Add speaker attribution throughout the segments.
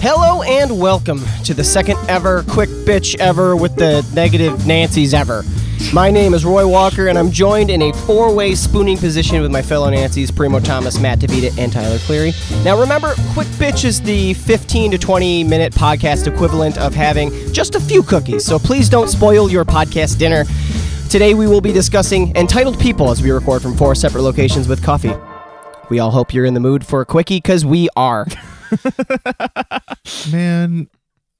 Speaker 1: Hello and welcome to the second ever quick bitch ever with the negative Nancy's ever. My name is Roy Walker, and I'm joined in a four way spooning position with my fellow Nancy's Primo Thomas, Matt DeVita, and Tyler Cleary. Now, remember, Quick Bitch is the 15 to 20 minute podcast equivalent of having just a few cookies, so please don't spoil your podcast dinner. Today, we will be discussing entitled people as we record from four separate locations with coffee. We all hope you're in the mood for a quickie because we are.
Speaker 2: Man,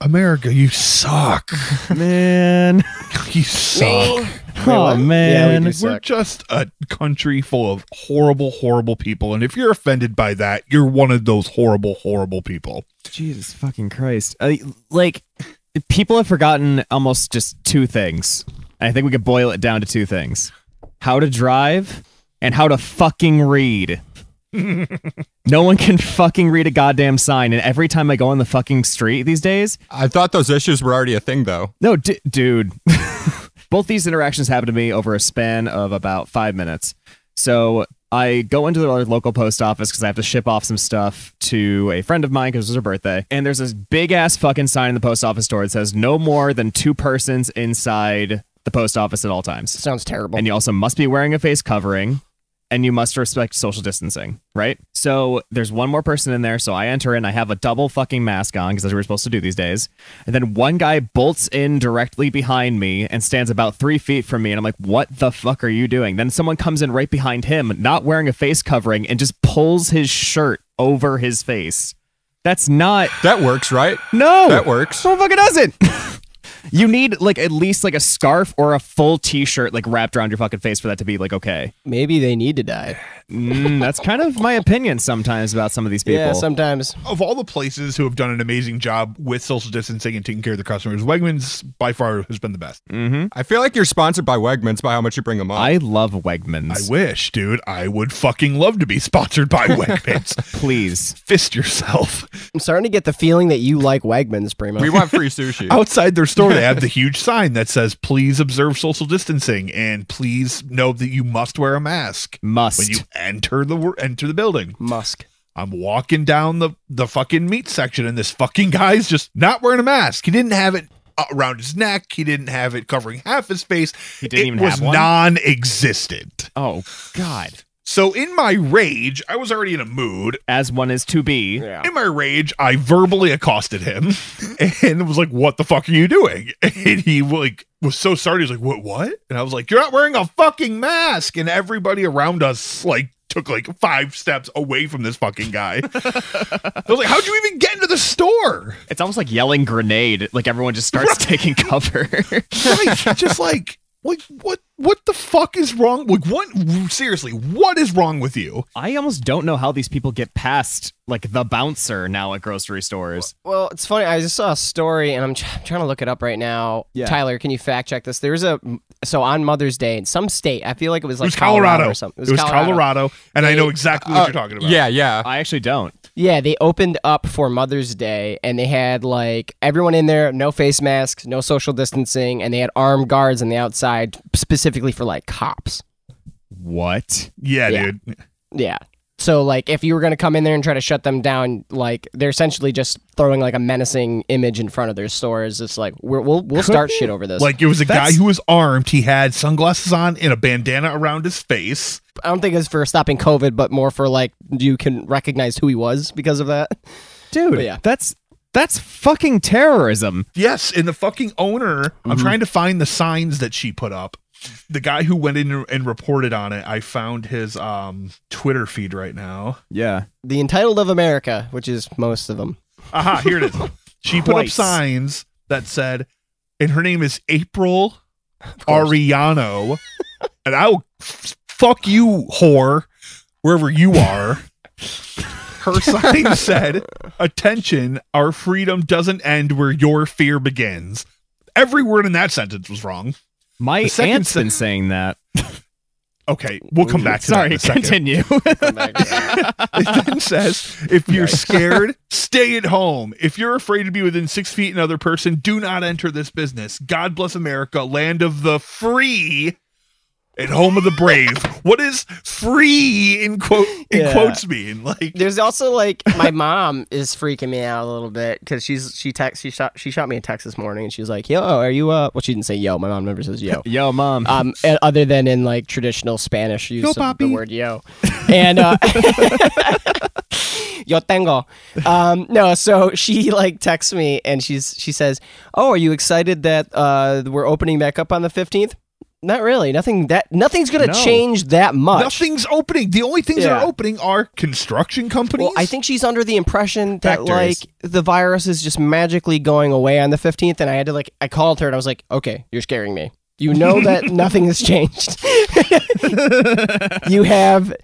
Speaker 2: America, you suck.
Speaker 3: Man.
Speaker 2: You suck.
Speaker 3: Oh, man.
Speaker 1: do
Speaker 2: We're just a country full of horrible, horrible people. And if you're offended by that, you're one of those horrible, horrible people.
Speaker 3: Jesus fucking Christ. I, like, people have forgotten almost just two things. I think we could boil it down to two things how to drive and how to fucking read. no one can fucking read a goddamn sign. And every time I go on the fucking street these days,
Speaker 4: I thought those issues were already a thing, though.
Speaker 3: no, d- dude. Both these interactions happened to me over a span of about five minutes. So I go into the local post office because I have to ship off some stuff to a friend of mine because it was her birthday. And there's this big ass fucking sign in the post office door that says no more than two persons inside the post office at all times.
Speaker 1: Sounds terrible.
Speaker 3: And you also must be wearing a face covering and you must respect social distancing, right? So there's one more person in there. So I enter in, I have a double fucking mask on because that's what we're supposed to do these days. And then one guy bolts in directly behind me and stands about three feet from me. And I'm like, what the fuck are you doing? Then someone comes in right behind him, not wearing a face covering, and just pulls his shirt over his face. That's not.
Speaker 4: That works, right?
Speaker 3: No!
Speaker 4: That works.
Speaker 3: No, it fucking doesn't. you need like at least like a scarf or a full t-shirt like wrapped around your fucking face for that to be like okay.
Speaker 1: Maybe they need to die.
Speaker 3: Mm, that's kind of my opinion sometimes about some of these people.
Speaker 1: Yeah, sometimes.
Speaker 2: Of all the places who have done an amazing job with social distancing and taking care of the customers, Wegmans by far has been the best.
Speaker 4: I feel like you're sponsored by Wegmans by how much you bring them up.
Speaker 3: I love
Speaker 2: I
Speaker 3: Wegmans.
Speaker 2: wish, dude, I would fucking love to be sponsored by Wegmans.
Speaker 3: Please.
Speaker 2: Fist yourself.
Speaker 1: I'm starting to get the feeling that you like Wegmans, Primo.
Speaker 4: we want free sushi.
Speaker 2: outside their store they have the huge sign that says please observe social distancing and please know that you must wear a mask
Speaker 3: Must.
Speaker 2: when you enter the wor- enter the building
Speaker 1: Musk.
Speaker 2: i'm walking down the the fucking meat section and this fucking guy's just not wearing a mask he didn't have it uh, around his neck he didn't have it covering half his face
Speaker 3: He didn't
Speaker 2: it
Speaker 3: even
Speaker 2: was
Speaker 3: have one?
Speaker 2: non-existent
Speaker 3: oh god.
Speaker 2: so in my rage i was already in a mood
Speaker 3: As one is to be.
Speaker 1: Yeah.
Speaker 2: in my rage, I verbally accosted him and was like, "What the fuck are you doing?" And he like was so sorry. He was like, "What? What?" And I was like, "You're not wearing a fucking mask!" And everybody around us like took like five steps away from this fucking guy. I was like, "How'd you even get into the store?"
Speaker 3: It's almost like yelling grenade. Like everyone just starts taking cover.
Speaker 2: Like, just like. Like what? What the fuck is wrong? Like what? Seriously, what is wrong with you?
Speaker 3: I almost don't know how these people get past like the bouncer now at grocery stores.
Speaker 1: Well, it's funny. I just saw a story, and I'm, tr- I'm trying to look it up right now.
Speaker 3: Yeah.
Speaker 1: Tyler, can you fact check this? There's a so on Mother's Day in some state. I feel like it was like
Speaker 2: it was Colorado.
Speaker 1: or something.
Speaker 2: It was, Colorado. and I know exactly what
Speaker 4: Uh,
Speaker 2: you're talking about.
Speaker 4: Yeah, yeah.
Speaker 3: I actually don't.
Speaker 1: Yeah, they opened up for Mother's Day, and they had like everyone in there, no face masks, no social distancing, and they had armed guards on the outside specifically for like cops.
Speaker 3: What?
Speaker 2: yeah,
Speaker 1: Yeah.
Speaker 2: dude.
Speaker 1: Yeah. So like if you were gonna come in there and try to shut them down, like they're essentially just throwing like a menacing image in front of their stores. It's like we're, we'll we'll start shit over this.
Speaker 2: Like it was a
Speaker 3: That's-
Speaker 2: guy who was armed. He had sunglasses on and a bandana around his face.
Speaker 1: I don't think it's for stopping COVID, but more for like you can recognize who he was because of that.
Speaker 3: Dude,
Speaker 1: But yeah.
Speaker 3: that's that's fucking terrorism.
Speaker 2: Yes, and the fucking owner.
Speaker 3: Mm-hmm.
Speaker 2: I'm trying to find the signs that she put up. The guy who went in and reported on it. I found his um Twitter feed right now.
Speaker 3: Yeah.
Speaker 1: The entitled of America, which is most of them.
Speaker 2: Aha, here it is. She put up
Speaker 3: Twice.
Speaker 2: signs that said, and her name is April Ariano, and I'll f- fuck you, whore, wherever you are. Her sign said, Attention, our freedom doesn't end where your fear begins. Every word in that sentence was wrong.
Speaker 3: My
Speaker 2: The second
Speaker 3: aunt's
Speaker 2: sen-
Speaker 3: been saying that.
Speaker 2: Okay, we'll come back to
Speaker 3: Sorry,
Speaker 2: that. in a second.
Speaker 3: continue.
Speaker 2: It then says, if you're scared, stay at home. If you're afraid to be within six feet of another person, do not enter this business. God bless America, land of the free and home of the brave. what is free in quote in
Speaker 1: Yeah.
Speaker 2: quotes mean? Like
Speaker 1: There's also like my mom is freaking me out a little bit because she's she text she shot she shot me a text this morning and she's like, "Yo, are you uh?" Well, she didn't say "yo." My mom never says "yo."
Speaker 3: Yo, mom.
Speaker 1: Um, and other than in like traditional Spanish use
Speaker 2: Yo,
Speaker 1: of the
Speaker 2: papi.
Speaker 1: word "yo," and uh, "yo tengo." Um, no, so she like texts me and she's she says, "Oh, are you excited that uh we're opening back up on the 15th?" Not really. Nothing that nothing's gonna
Speaker 3: No.
Speaker 1: change that much.
Speaker 2: nothing's opening. The only things that
Speaker 1: Yeah.
Speaker 2: are opening are construction companies.
Speaker 1: Well, I think she's under the impression that
Speaker 3: Factories.
Speaker 1: like the virus is just magically going away on the 15th and I had to like I called her and I was like, "Okay, you're scaring me. You know that nothing has changed. you have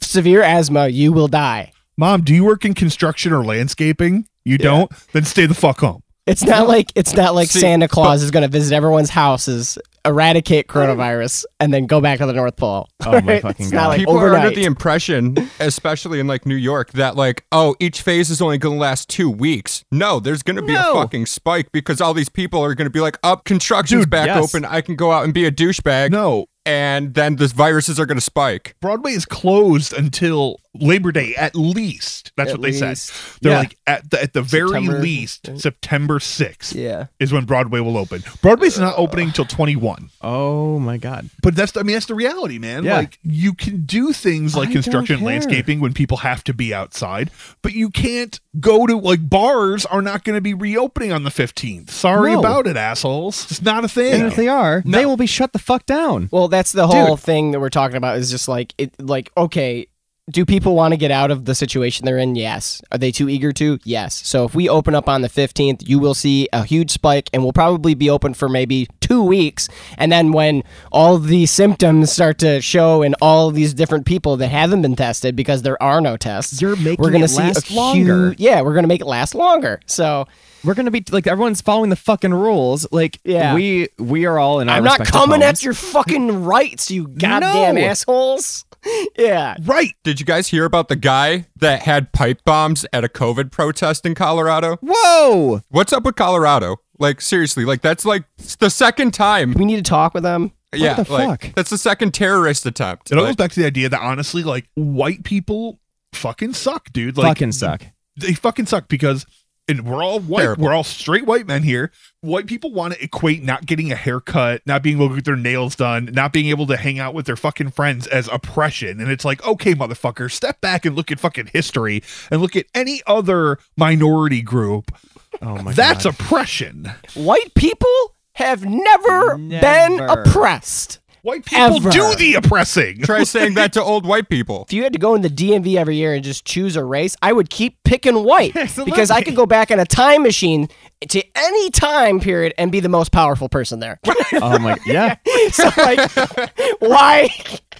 Speaker 1: severe asthma, you will die.
Speaker 2: Mom, do you work in construction or landscaping? You don't? Then stay the fuck home.
Speaker 1: It's not like it's not like
Speaker 4: See,
Speaker 1: Santa Claus is going to visit everyone's houses, eradicate coronavirus and then go back to the North Pole."
Speaker 3: Oh my
Speaker 1: Right?
Speaker 3: fucking
Speaker 1: it's
Speaker 3: God.
Speaker 1: Not like
Speaker 4: People
Speaker 1: overnight.
Speaker 4: are under the impression, especially in like New York, that like, oh, each phase is only going to last two weeks. No, there's going to be
Speaker 1: No.
Speaker 4: a fucking spike because all these people are going to be like, up, construction's
Speaker 2: Dude,
Speaker 4: back
Speaker 3: yes.
Speaker 4: open. I can go out and be a douchebag.
Speaker 2: No.
Speaker 4: And then the viruses are going to spike.
Speaker 2: Broadway is closed until Labor Day, at least. That's
Speaker 1: At
Speaker 2: what they said.
Speaker 1: least.
Speaker 2: They're
Speaker 1: Yeah.
Speaker 2: like at the at the very
Speaker 1: September,
Speaker 2: least
Speaker 1: right?
Speaker 2: September sixth
Speaker 1: yeah.
Speaker 2: is when Broadway will open. Broadway's not opening till twenty one,
Speaker 3: oh my god.
Speaker 2: but that's I mean that's the reality, man.
Speaker 3: Yeah.
Speaker 2: Like you can do things like
Speaker 3: I don't
Speaker 2: construction, and
Speaker 3: care.
Speaker 2: landscaping when people have to be outside, but you can't go to like bars are not going to be reopening on the fifteenth. Sorry
Speaker 3: No.
Speaker 2: about it, assholes. It's not a
Speaker 3: And
Speaker 2: thing.
Speaker 3: if they are,
Speaker 4: No.
Speaker 3: they will be shut the fuck down.
Speaker 1: Well, that's the whole thing that we're talking about is just like it like okay, do people want to get out of the situation they're in? Yes. Are they too eager to? Yes. So if we open up on the 15th, you will see a huge spike and we'll probably be open for maybe 2 weeks and then when all the symptoms start to show in all these different people that haven't been tested because there are no tests.
Speaker 3: You're making
Speaker 1: we're gonna
Speaker 3: it
Speaker 1: see
Speaker 3: last
Speaker 1: a
Speaker 3: longer.
Speaker 1: huge- yeah, we're going to make it last longer. So
Speaker 3: We're gonna be like everyone's following the fucking rules. Like
Speaker 1: Yeah.
Speaker 3: we we are all in our
Speaker 1: I'm not
Speaker 3: respective
Speaker 1: coming
Speaker 3: homes.
Speaker 1: at your fucking rights, you goddamn
Speaker 3: No.
Speaker 1: assholes. Yeah.
Speaker 2: Right.
Speaker 4: Did you guys hear about the guy that had pipe bombs at a COVID protest in Colorado?
Speaker 3: Whoa!
Speaker 4: What's up with Colorado? Like seriously, like that's like the second time.
Speaker 1: We need to talk with them.
Speaker 4: yeah,
Speaker 3: the
Speaker 4: like
Speaker 3: fuck?
Speaker 4: that's the second terrorist attempt.
Speaker 2: It all
Speaker 4: Like,
Speaker 2: goes back to the idea that honestly, like white people fucking suck, dude. Like
Speaker 3: fucking suck.
Speaker 2: they fucking suck because and we're all white
Speaker 4: Terrible.
Speaker 2: we're all straight white men here white people want to equate not getting a haircut not being able to get their nails done not being able to hang out with their fucking friends as oppression and it's like okay motherfucker step back and look at fucking history and look at any other minority group
Speaker 3: Oh my
Speaker 2: that's
Speaker 3: god.
Speaker 2: oppression
Speaker 1: White people have never, been
Speaker 3: Never.
Speaker 1: oppressed.
Speaker 2: white people
Speaker 1: Ever.
Speaker 2: do the oppressing
Speaker 4: Try saying that to old white people.
Speaker 1: If you had to go in the DMV every year and just choose a race, I would keep picking white because I could go back in a time machine to any time period and be the most powerful person there.
Speaker 3: oh my yeah.
Speaker 1: so like, why?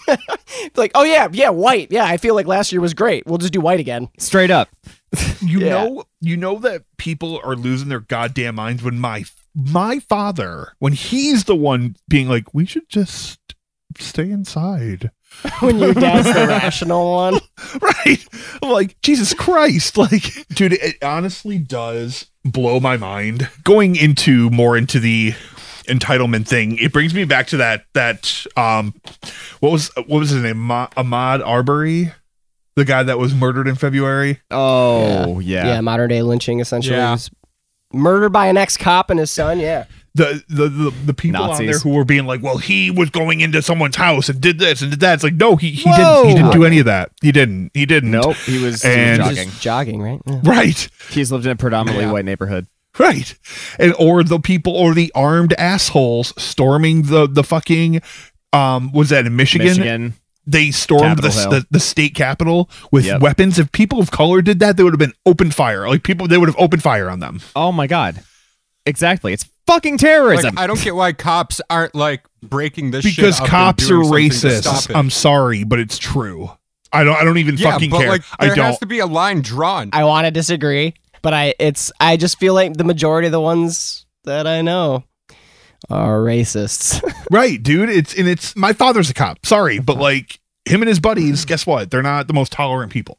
Speaker 1: It's like, oh yeah, yeah, white. Yeah, I feel like last year was great. We'll just do white again.
Speaker 3: Straight up.
Speaker 2: you
Speaker 1: Yeah.
Speaker 2: know you know that people are losing their goddamn minds when my my father when he's the one being like we should just stay inside
Speaker 1: When your dad's the rational one.
Speaker 2: right I'm like jesus christ like dude it honestly does blow my mind going into more into the entitlement thing it brings me back to that that um what was what was his name Ma- ahmad arbery the guy that was murdered in february
Speaker 3: Oh yeah.
Speaker 1: Yeah, modern day lynching essentially.
Speaker 4: Yeah.
Speaker 1: is Murdered by an ex cop and his son. Yeah.
Speaker 2: the the the, the people on
Speaker 3: Nazis.
Speaker 2: there who were being like, well, he was going into someone's house and did this and did that. It's like, no, he, he didn't. He
Speaker 3: Whoa.
Speaker 2: didn't do any of that. He didn't. He didn't.
Speaker 3: Nope. He was, he was
Speaker 2: And-
Speaker 1: Just
Speaker 3: jogging.
Speaker 1: jogging, right? Yeah.
Speaker 2: Right.
Speaker 3: He's lived in a predominantly white neighborhood.
Speaker 2: Right. And or the people or the armed assholes storming the the fucking um was that in Michigan?
Speaker 3: Michigan.
Speaker 2: They stormed the,
Speaker 3: Capitol Hill.
Speaker 2: the the state capitol with
Speaker 3: Yep.
Speaker 2: weapons. If people of color did that, they would have been open fire. Like people they would have opened fire on them.
Speaker 3: Oh my god. Exactly. It's fucking
Speaker 4: Like,
Speaker 3: terrorism.
Speaker 4: I don't get why cops aren't like breaking this shit
Speaker 2: because
Speaker 4: up and
Speaker 2: cops are
Speaker 4: doing something to stop
Speaker 2: racist.
Speaker 4: it.
Speaker 2: I'm sorry, but it's true. I don't I don't even
Speaker 4: yeah,
Speaker 2: fucking
Speaker 4: but
Speaker 2: care.
Speaker 4: like
Speaker 2: I
Speaker 4: there
Speaker 2: don't
Speaker 4: has to be a line drawn.
Speaker 1: I want to disagree, but I it's I just feel like the majority of the ones that I know are racists.
Speaker 2: Right, dude. It's and it's my father's a cop. Sorry, but like him and his
Speaker 1: Mm-hmm.
Speaker 2: buddies, guess what? They're not the most tolerant people.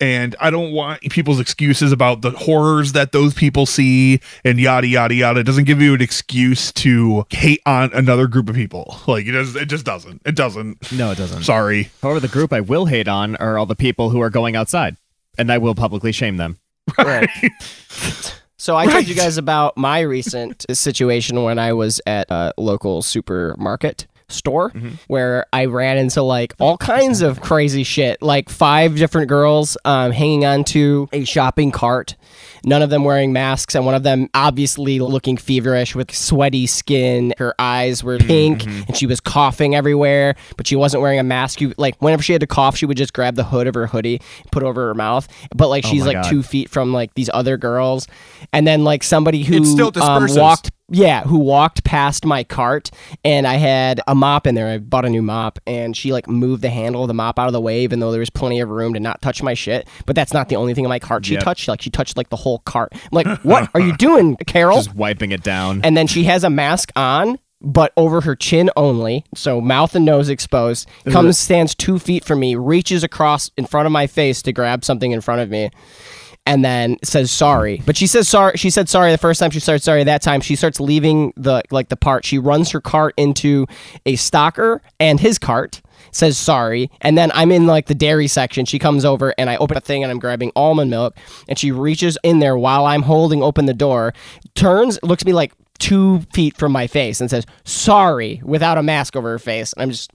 Speaker 2: And I don't want people's excuses about the horrors that those people see and yada yada yada. It doesn't give you an excuse to hate on another group of people. Like it does it just doesn't. It doesn't.
Speaker 3: No, it doesn't.
Speaker 2: Sorry.
Speaker 3: However, the group I will hate on are all the people who are going outside, and I will publicly shame them.
Speaker 1: Right. So I told you
Speaker 2: Right.
Speaker 1: guys about my recent situation when I was at a local supermarket store where I ran into like all kinds of crazy shit, like five different girls um, hanging onto a shopping cart, none of them wearing masks, and one of them obviously looking feverish with sweaty skin. Her eyes were pink, and she was coughing everywhere, but she wasn't wearing a mask. You like whenever she had to cough, she would just grab the hood of her hoodie, and put it over her mouth, but like she's
Speaker 3: my
Speaker 1: like
Speaker 3: God.
Speaker 1: two feet from like these other girls, and then like somebody who
Speaker 4: It still
Speaker 1: um,
Speaker 4: disperses.
Speaker 1: walked yeah who walked past my cart and i had a mop in there i bought a new mop and she like moved the handle of the mop out of the way even though there was plenty of room to not touch my shit but that's not the only thing in my cart she
Speaker 3: Yep.
Speaker 1: touched like she touched like the whole cart i'm like what are you doing
Speaker 2: Oh.
Speaker 1: carol
Speaker 3: Just wiping it down.
Speaker 1: and then she has a mask on but over her chin only so mouth and nose exposed comes stands two feet from me reaches across in front of my face to grab something in front of me and then says sorry but she says sorry she said sorry the first time she starts sorry that time she starts leaving the like the part she runs her cart into a stalker and his cart says sorry and then i'm in like the dairy section she comes over and i open a thing and i'm grabbing almond milk and she reaches in there while i'm holding open the door turns looks at me like two feet from my face and says sorry without a mask over her face and i'm just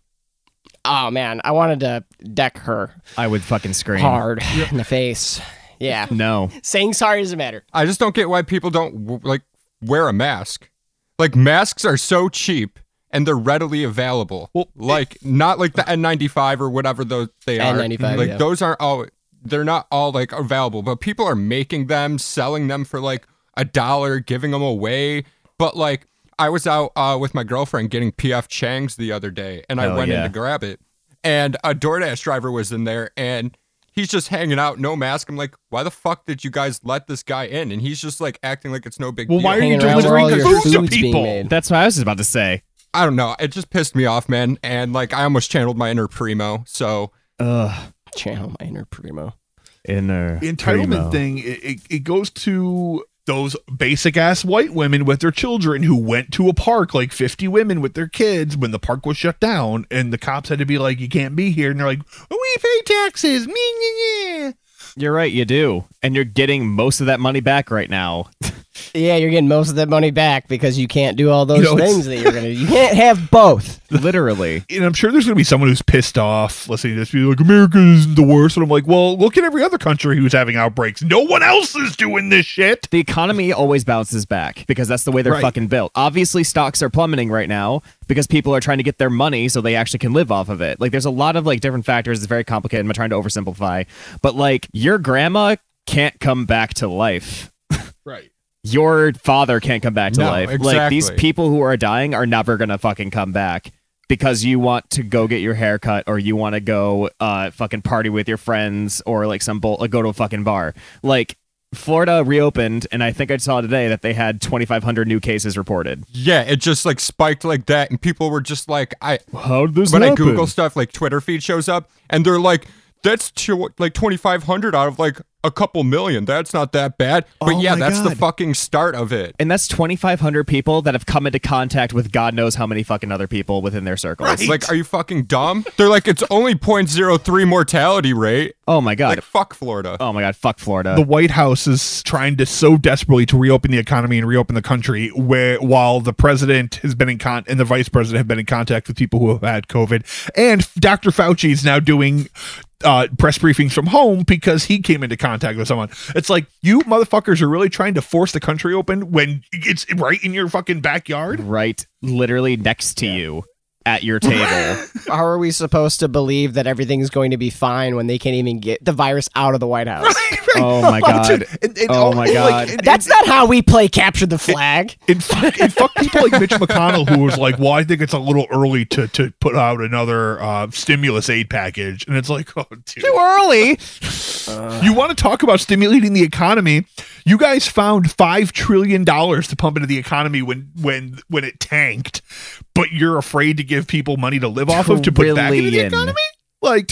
Speaker 1: oh man i wanted to deck her
Speaker 3: I would fucking scream.
Speaker 1: hard in the face yeah
Speaker 3: No.
Speaker 1: saying sorry doesn't matter
Speaker 4: I just don't get why people don't w- like wear a mask. Like masks are so cheap and they're readily available.
Speaker 2: Well,
Speaker 4: like not like the N95 or whatever those they are. Mm-hmm.
Speaker 1: N95,
Speaker 4: Like
Speaker 1: yeah.
Speaker 4: those aren't all. They're not all like available, but people are making them, selling them for like a dollar, giving them away. But like I was out uh, with my girlfriend getting PF Chang's the other day, and I
Speaker 3: Hell
Speaker 4: went in
Speaker 3: yeah.
Speaker 4: to grab it, and a DoorDash driver was in there, and he's just hanging out, no mask. I'm like, why the fuck did you guys let this guy in? And he's just like acting like it's no big
Speaker 2: Well,
Speaker 4: deal.
Speaker 2: why are you
Speaker 1: Hanging around where
Speaker 2: delivering
Speaker 1: all your
Speaker 2: food to
Speaker 1: food's being
Speaker 2: people?
Speaker 1: made.
Speaker 3: That's what I was just about to say.
Speaker 4: I don't know. It just pissed me off, man. And like, I almost channeled my inner primo. So
Speaker 3: Ugh.
Speaker 1: channel my inner primo
Speaker 3: Inner.
Speaker 2: The entitlement
Speaker 3: primo.
Speaker 2: thing it, it, it goes to those basic ass white women with their children who went to a park like 50 women with their kids when the park was shut down and the cops had to be like you can't be here and they're like we pay taxes me me, me."
Speaker 3: You're right. You do. And you're getting most of that money back right now.
Speaker 1: Yeah, you're getting most of that money back because you can't do all those
Speaker 2: You know, it's-
Speaker 1: things that you're gonna. You can't have both.
Speaker 3: Literally.
Speaker 2: and i'm sure there's going to be someone who's pissed off listening to this be like america is the worst and i'm like well look at every other country who's having outbreaks no one else is doing this shit
Speaker 3: The economy always bounces back because that's the way they're
Speaker 2: Right.
Speaker 3: fucking built. Obviously, stocks are plummeting right now because people are trying to get their money so they actually can live off of it. Like, there's a lot of like different factors. It's very complicated. I'm trying to oversimplify, but like, your grandma can't come back to life.
Speaker 2: right
Speaker 3: Your father can't come back to
Speaker 4: No,
Speaker 3: life. Like, these
Speaker 4: exactly.
Speaker 3: people who are dying are never gonna fucking come back because you want to go get your haircut or you want to go uh fucking party with your friends or like some bull- like, go to a fucking bar. Like Florida reopened and I think I saw today that they had 2500 new cases reported.
Speaker 4: yeah, it just like spiked like that. And people were just like, I,
Speaker 3: How did this
Speaker 4: when I Google stuff, like Twitter feed shows up and they're like, that's two, like 2,500 out of like a couple million. That's not that bad. But
Speaker 2: Oh
Speaker 4: yeah,
Speaker 2: my
Speaker 4: that's the
Speaker 2: God.
Speaker 4: fucking start of it.
Speaker 3: and that's 2500 people that have come into contact with God knows how many fucking other people within their circles.
Speaker 2: Right.
Speaker 4: Like, are you fucking dumb? They're like, it's only 0.03 mortality rate.
Speaker 3: Oh my god.
Speaker 4: Like, fuck Florida.
Speaker 3: oh my god, fuck Florida.
Speaker 2: the White House is trying to so desperately to reopen the economy and reopen the country, where while the president has been in con and the vice president have been in contact with people who have had COVID, and Dr. Fauci is now doing uh, press briefings from home because he came into contact with someone. It's like you motherfuckers are really trying to force the country open when it's right in your fucking backyard.
Speaker 3: right literally next to you. at your table.
Speaker 1: How are we supposed to believe that everything's going to be fine when they can't even get the virus out of the White House?
Speaker 3: Oh my God. Oh my God.
Speaker 1: That's not how we play capture the flag.
Speaker 2: And fuck, and fuck people like Mitch McConnell, who was like, "Well, I think it's a little early to to put out another uh, stimulus aid package," and it's like, "Oh, dude,
Speaker 1: Too early.
Speaker 3: uh,
Speaker 2: you want to talk about stimulating the economy? You guys found five trillion dollars to pump into the economy when when when it tanked, but you're afraid to give people money to live off of to put back into the
Speaker 3: Trillion.
Speaker 2: economy? Like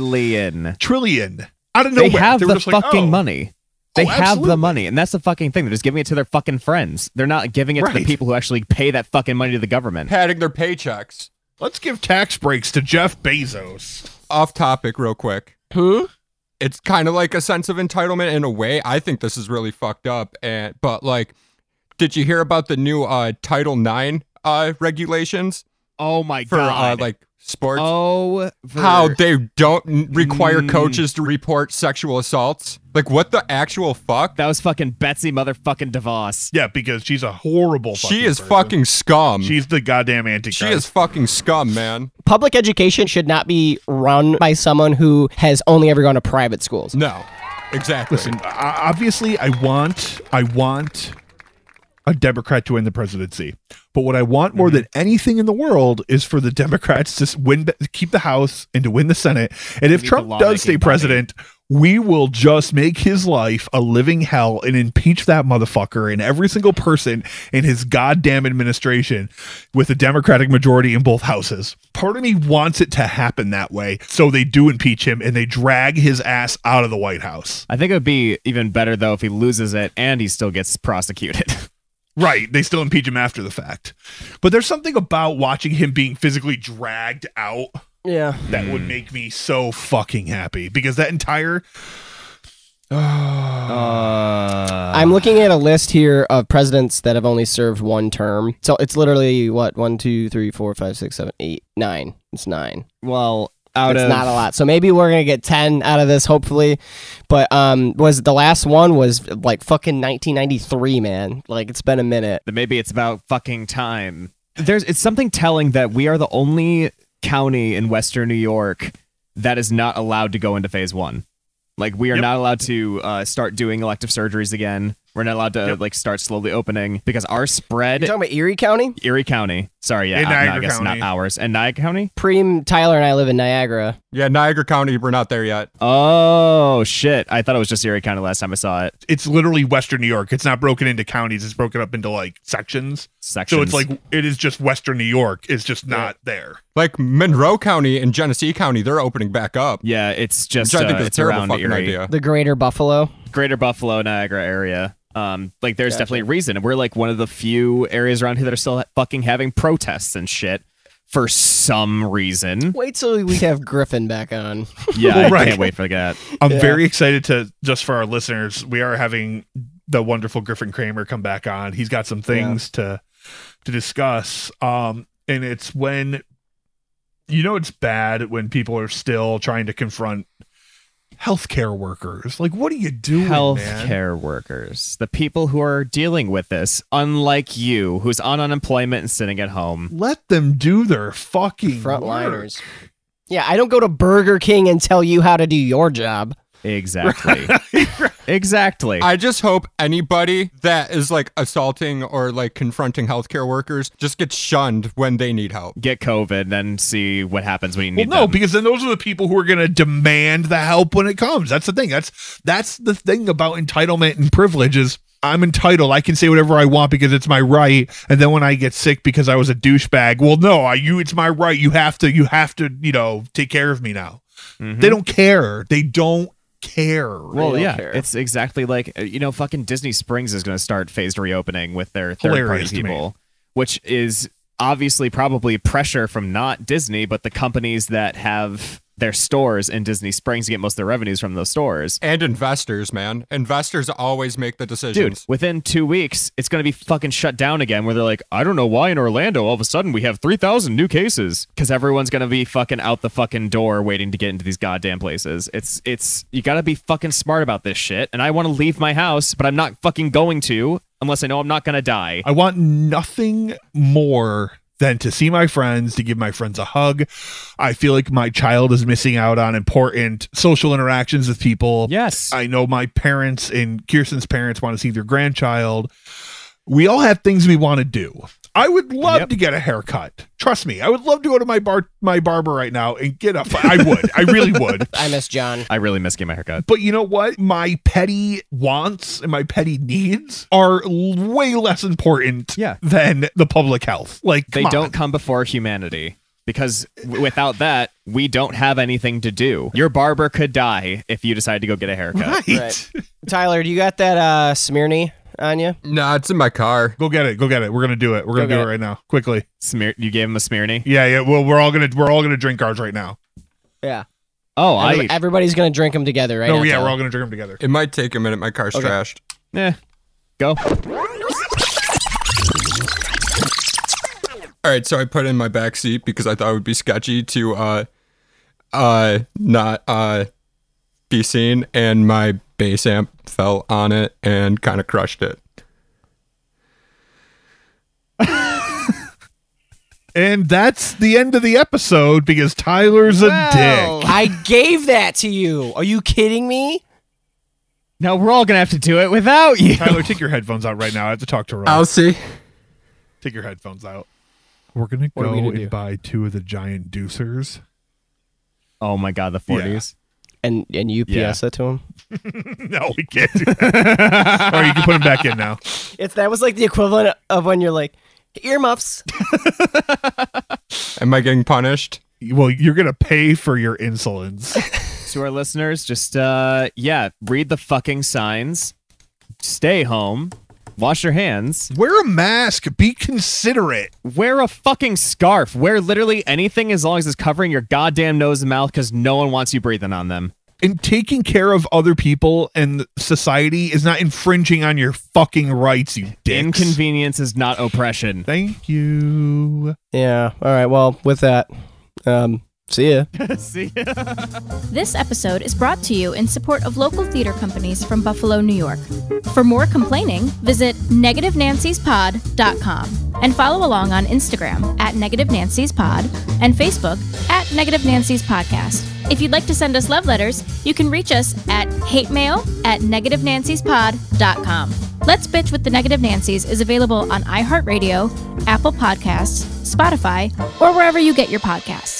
Speaker 3: Trillion.
Speaker 2: trillion out of
Speaker 3: They
Speaker 2: nowhere?
Speaker 3: have
Speaker 2: were
Speaker 3: the
Speaker 2: just like,
Speaker 3: fucking
Speaker 2: "Oh,
Speaker 3: money. They
Speaker 2: oh,
Speaker 3: have
Speaker 2: absolutely."
Speaker 3: the money, and that's the fucking thing. They're just giving it to their fucking friends. They're not giving it to the
Speaker 2: Right.
Speaker 3: people who actually pay that fucking money to the government.
Speaker 4: padding their paychecks.
Speaker 2: Let's give tax breaks to Jeff Bezos.
Speaker 4: Off topic, real quick.
Speaker 1: Who?
Speaker 4: It's kind of like a sense of entitlement in a way. I think this is really fucked up. And but like, did you hear about the new uh, Title IX uh, regulations
Speaker 3: Oh my
Speaker 4: for uh,
Speaker 3: god!
Speaker 4: like sports?
Speaker 3: oh, for-
Speaker 4: How they don't n- require
Speaker 3: Mm.
Speaker 4: coaches to report sexual assaults? Like, what the actual fuck?
Speaker 3: that was fucking Betsy motherfucking DeVos.
Speaker 2: Yeah, because she's a horrible.
Speaker 4: She is
Speaker 2: person.
Speaker 4: fucking scum. She,
Speaker 2: She's the goddamn antichrist.
Speaker 4: is fucking scum, man.
Speaker 1: Public education should not be run by someone who has only ever gone to private schools.
Speaker 4: No, exactly.
Speaker 2: Listen, I- obviously, I want, I want a Democrat to win the presidency. But what I want more
Speaker 3: Mm-hmm.
Speaker 2: than anything in the world is for the Democrats to s- win, the, keep the House and to win the Senate. And if
Speaker 3: need the
Speaker 2: Trump does stay
Speaker 3: lawmaking body.
Speaker 2: president, we will just make his life a living hell and impeach that motherfucker and every single person in his goddamn administration with a Democratic majority in both houses. Part of me wants it to happen that way. So they do impeach him and they drag his ass out of the White House.
Speaker 3: I think it would be even better though if he loses it and he still gets prosecuted.
Speaker 2: Right. They still impeach him after the fact. But there's something about watching him being physically dragged out
Speaker 1: Yeah.
Speaker 2: that would make me so fucking happy because that entire. Uh,
Speaker 3: Uh,
Speaker 1: I'm looking at a list here of presidents that have only served one term. So it's literally what one, two, three, four, five, six, seven, eight, nine. It's nine.
Speaker 3: well out
Speaker 1: it's
Speaker 3: of
Speaker 1: not a lot. So maybe we're gonna get ten out of this, hopefully. But um, was the last one was like fucking 1993, man. Like it's been a minute.
Speaker 3: that maybe it's about fucking time. There's it's something telling that we are the only county in Western New York that is not allowed to go into phase one. Like we are
Speaker 2: Yep.
Speaker 3: not allowed to uh, start doing elective surgeries again. We're not allowed to
Speaker 2: Yep.
Speaker 3: like start slowly opening because our spread
Speaker 1: You're talking about Erie County?
Speaker 3: Erie County. Sorry, yeah,
Speaker 2: And
Speaker 3: uh, no, I
Speaker 2: Niagara
Speaker 3: guess
Speaker 2: County.
Speaker 3: not ours and Niagara County.
Speaker 1: Preem Tyler and I live in Niagara.
Speaker 4: yeah, Niagara County, we're not there yet.
Speaker 3: Oh shit! I thought it was just Erie County last time I saw it.
Speaker 2: It's literally Western New York. It's not broken into counties. It's broken up into like sections.
Speaker 3: Sections.
Speaker 2: So it's like it is just Western New York. It's just not there.
Speaker 4: Like Monroe County and Genesee County, they're opening back up.
Speaker 3: yeah, it's just
Speaker 4: Which I think
Speaker 3: uh,
Speaker 4: is a
Speaker 3: it's
Speaker 4: terrible
Speaker 3: around
Speaker 4: fucking
Speaker 3: Erie.
Speaker 4: idea.
Speaker 1: The Greater Buffalo.
Speaker 3: greater Buffalo, Niagara area. Um, like there's definitely a reason. And we're like one of the few areas around here that are still fucking having protests and shit for some reason.
Speaker 1: Wait till we have Griffin back on.
Speaker 3: Yeah, I
Speaker 2: Right.
Speaker 3: can't wait for that.
Speaker 2: I'm very excited to just for our listeners. We are having the wonderful Griffin Kramer come back on. He's got some things to to discuss. Um, and it's when you know it's bad when people are still trying to confront healthcare workers. Like, what are you doing, man?
Speaker 3: Healthcare workers, the people who are dealing with this, unlike you, who's on unemployment and sitting at home.
Speaker 2: Let them do their fucking work.
Speaker 1: Frontliners. Yeah, I don't go to Burger King and tell you how to do your job.
Speaker 3: Exactly. exactly.
Speaker 4: I just hope anybody that is like assaulting or like confronting healthcare workers just gets shunned when they need help.
Speaker 3: Get COVID, then see what happens when you
Speaker 2: Well,
Speaker 3: need
Speaker 2: no,
Speaker 3: them.
Speaker 2: because then those are the people who are going to demand the help when it comes. That's the thing. That's that's the thing about entitlement and privilege is I'm entitled. I can say whatever I want because it's my right. And then when I get sick because I was a douchebag, well, no, I you it's my right. You have to you have to you know take care of me now. They don't care. They don't care.
Speaker 3: Mm-hmm. Well,
Speaker 1: don't
Speaker 3: yeah,
Speaker 1: care.
Speaker 3: it's exactly like uh, you know, fucking Disney Springs is going to start phased reopening with their third party
Speaker 2: Hilarious to me.
Speaker 3: people, which is obviously probably pressure from not Disney, but the companies that have their stores in Disney Springs get most of their revenues from those stores.
Speaker 4: And investors, man. Investors always make the
Speaker 3: Dude,
Speaker 4: decisions.
Speaker 3: within two weeks, it's going to be fucking shut down again. Where they're like, I don't know why in Orlando all of a sudden we have 3,000 new cases. Because everyone's going to be fucking out the fucking door waiting to get into these goddamn places. It's, it's, you got to be fucking smart about this shit. And I want to leave my house, but I'm not fucking going to unless I know I'm not going to die.
Speaker 2: I want nothing more than to see my friends, to give my friends a hug. I feel like my child is missing out on important social interactions with people.
Speaker 3: Yes.
Speaker 2: I know my parents and Kirsten's parents want to see their grandchild. We all have things we want to do. I would love
Speaker 3: Yep.
Speaker 2: to get a haircut. Trust me, I would love to go to my bar, my barber right now and get a. I would. I really would.
Speaker 1: I miss John.
Speaker 3: I really miss getting my haircut.
Speaker 2: But you know what? My petty wants and my petty needs are l- way less important
Speaker 3: Yeah.
Speaker 2: than the public health. Like
Speaker 3: They
Speaker 2: come on.
Speaker 3: don't come before humanity because w- without that, we don't have anything to do. Your barber could die if you decide to go get a
Speaker 2: Right.
Speaker 3: haircut.
Speaker 1: Right. Tyler, do you got that uh, Smearny on you?
Speaker 4: Nah, it's in my car.
Speaker 2: Go get it. Go get it. We're gonna do it. We're gonna
Speaker 1: Go
Speaker 2: do
Speaker 1: get
Speaker 2: it
Speaker 1: it.
Speaker 2: right now. Quickly.
Speaker 3: Smear- you gave him a smearney.
Speaker 2: Yeah, yeah. Well, we're all gonna we're all gonna drink ours right now.
Speaker 1: Yeah.
Speaker 3: Oh, I.
Speaker 1: Every- Everybody's gonna drink them together, right?
Speaker 2: no,
Speaker 1: now,
Speaker 2: yeah, we're
Speaker 1: Tyler.
Speaker 2: all gonna drink them together.
Speaker 4: It might take a minute. My car's
Speaker 1: Okay.
Speaker 4: trashed.
Speaker 3: eh, go.
Speaker 4: All right, so I put it in my back seat because I thought it would be sketchy to uh uh not uh be seen and my bass amp fell on it and kind of crushed it.
Speaker 2: And that's the end of the episode because Tyler's a
Speaker 1: Wow,
Speaker 2: dick.
Speaker 1: I gave that to you. Are you kidding me?
Speaker 3: No, we're all gonna have to do it without you.
Speaker 2: Tyler, take your headphones out right now. I have to talk to Ron.
Speaker 4: see.
Speaker 2: take your headphones out. We're gonna
Speaker 1: What are
Speaker 2: go
Speaker 1: we gonna
Speaker 2: and
Speaker 1: do?
Speaker 2: buy two of the giant deucers.
Speaker 3: Oh my god, the forties.
Speaker 1: And and you
Speaker 3: Yeah.
Speaker 1: PS that to him.
Speaker 2: No, we can't do that. or you can put them back in now.
Speaker 1: It's that was like the equivalent of when you're like earmuffs.
Speaker 4: Am I getting punished?
Speaker 2: Well, you're gonna pay for your insolence.
Speaker 3: To our listeners, just uh, yeah, read the fucking signs. Stay home. Wash your hands.
Speaker 2: Wear a mask. Be considerate.
Speaker 3: Wear a fucking scarf. Wear literally anything as long as it's covering your goddamn nose and mouth because no one wants you breathing on them.
Speaker 2: And taking care of other people and society is not infringing on your fucking rights, you dicks.
Speaker 3: Inconvenience is not oppression.
Speaker 2: Thank you.
Speaker 1: Yeah. All right. Well, with that, um, see ya.
Speaker 3: See
Speaker 5: This episode is brought to you in support of local theater companies from Buffalo, New York. For more complaining, visit negativenancyspod.com and follow along on Instagram at Negative Nancy's Pod and Facebook at Negative Nancy's Podcast. If you'd like to send us love letters, you can reach us at hatemail at negativenancyspod.com. Let's Bitch with the Negative Nancys is available on iHeartRadio, Apple Podcasts, Spotify, or wherever you get your podcasts.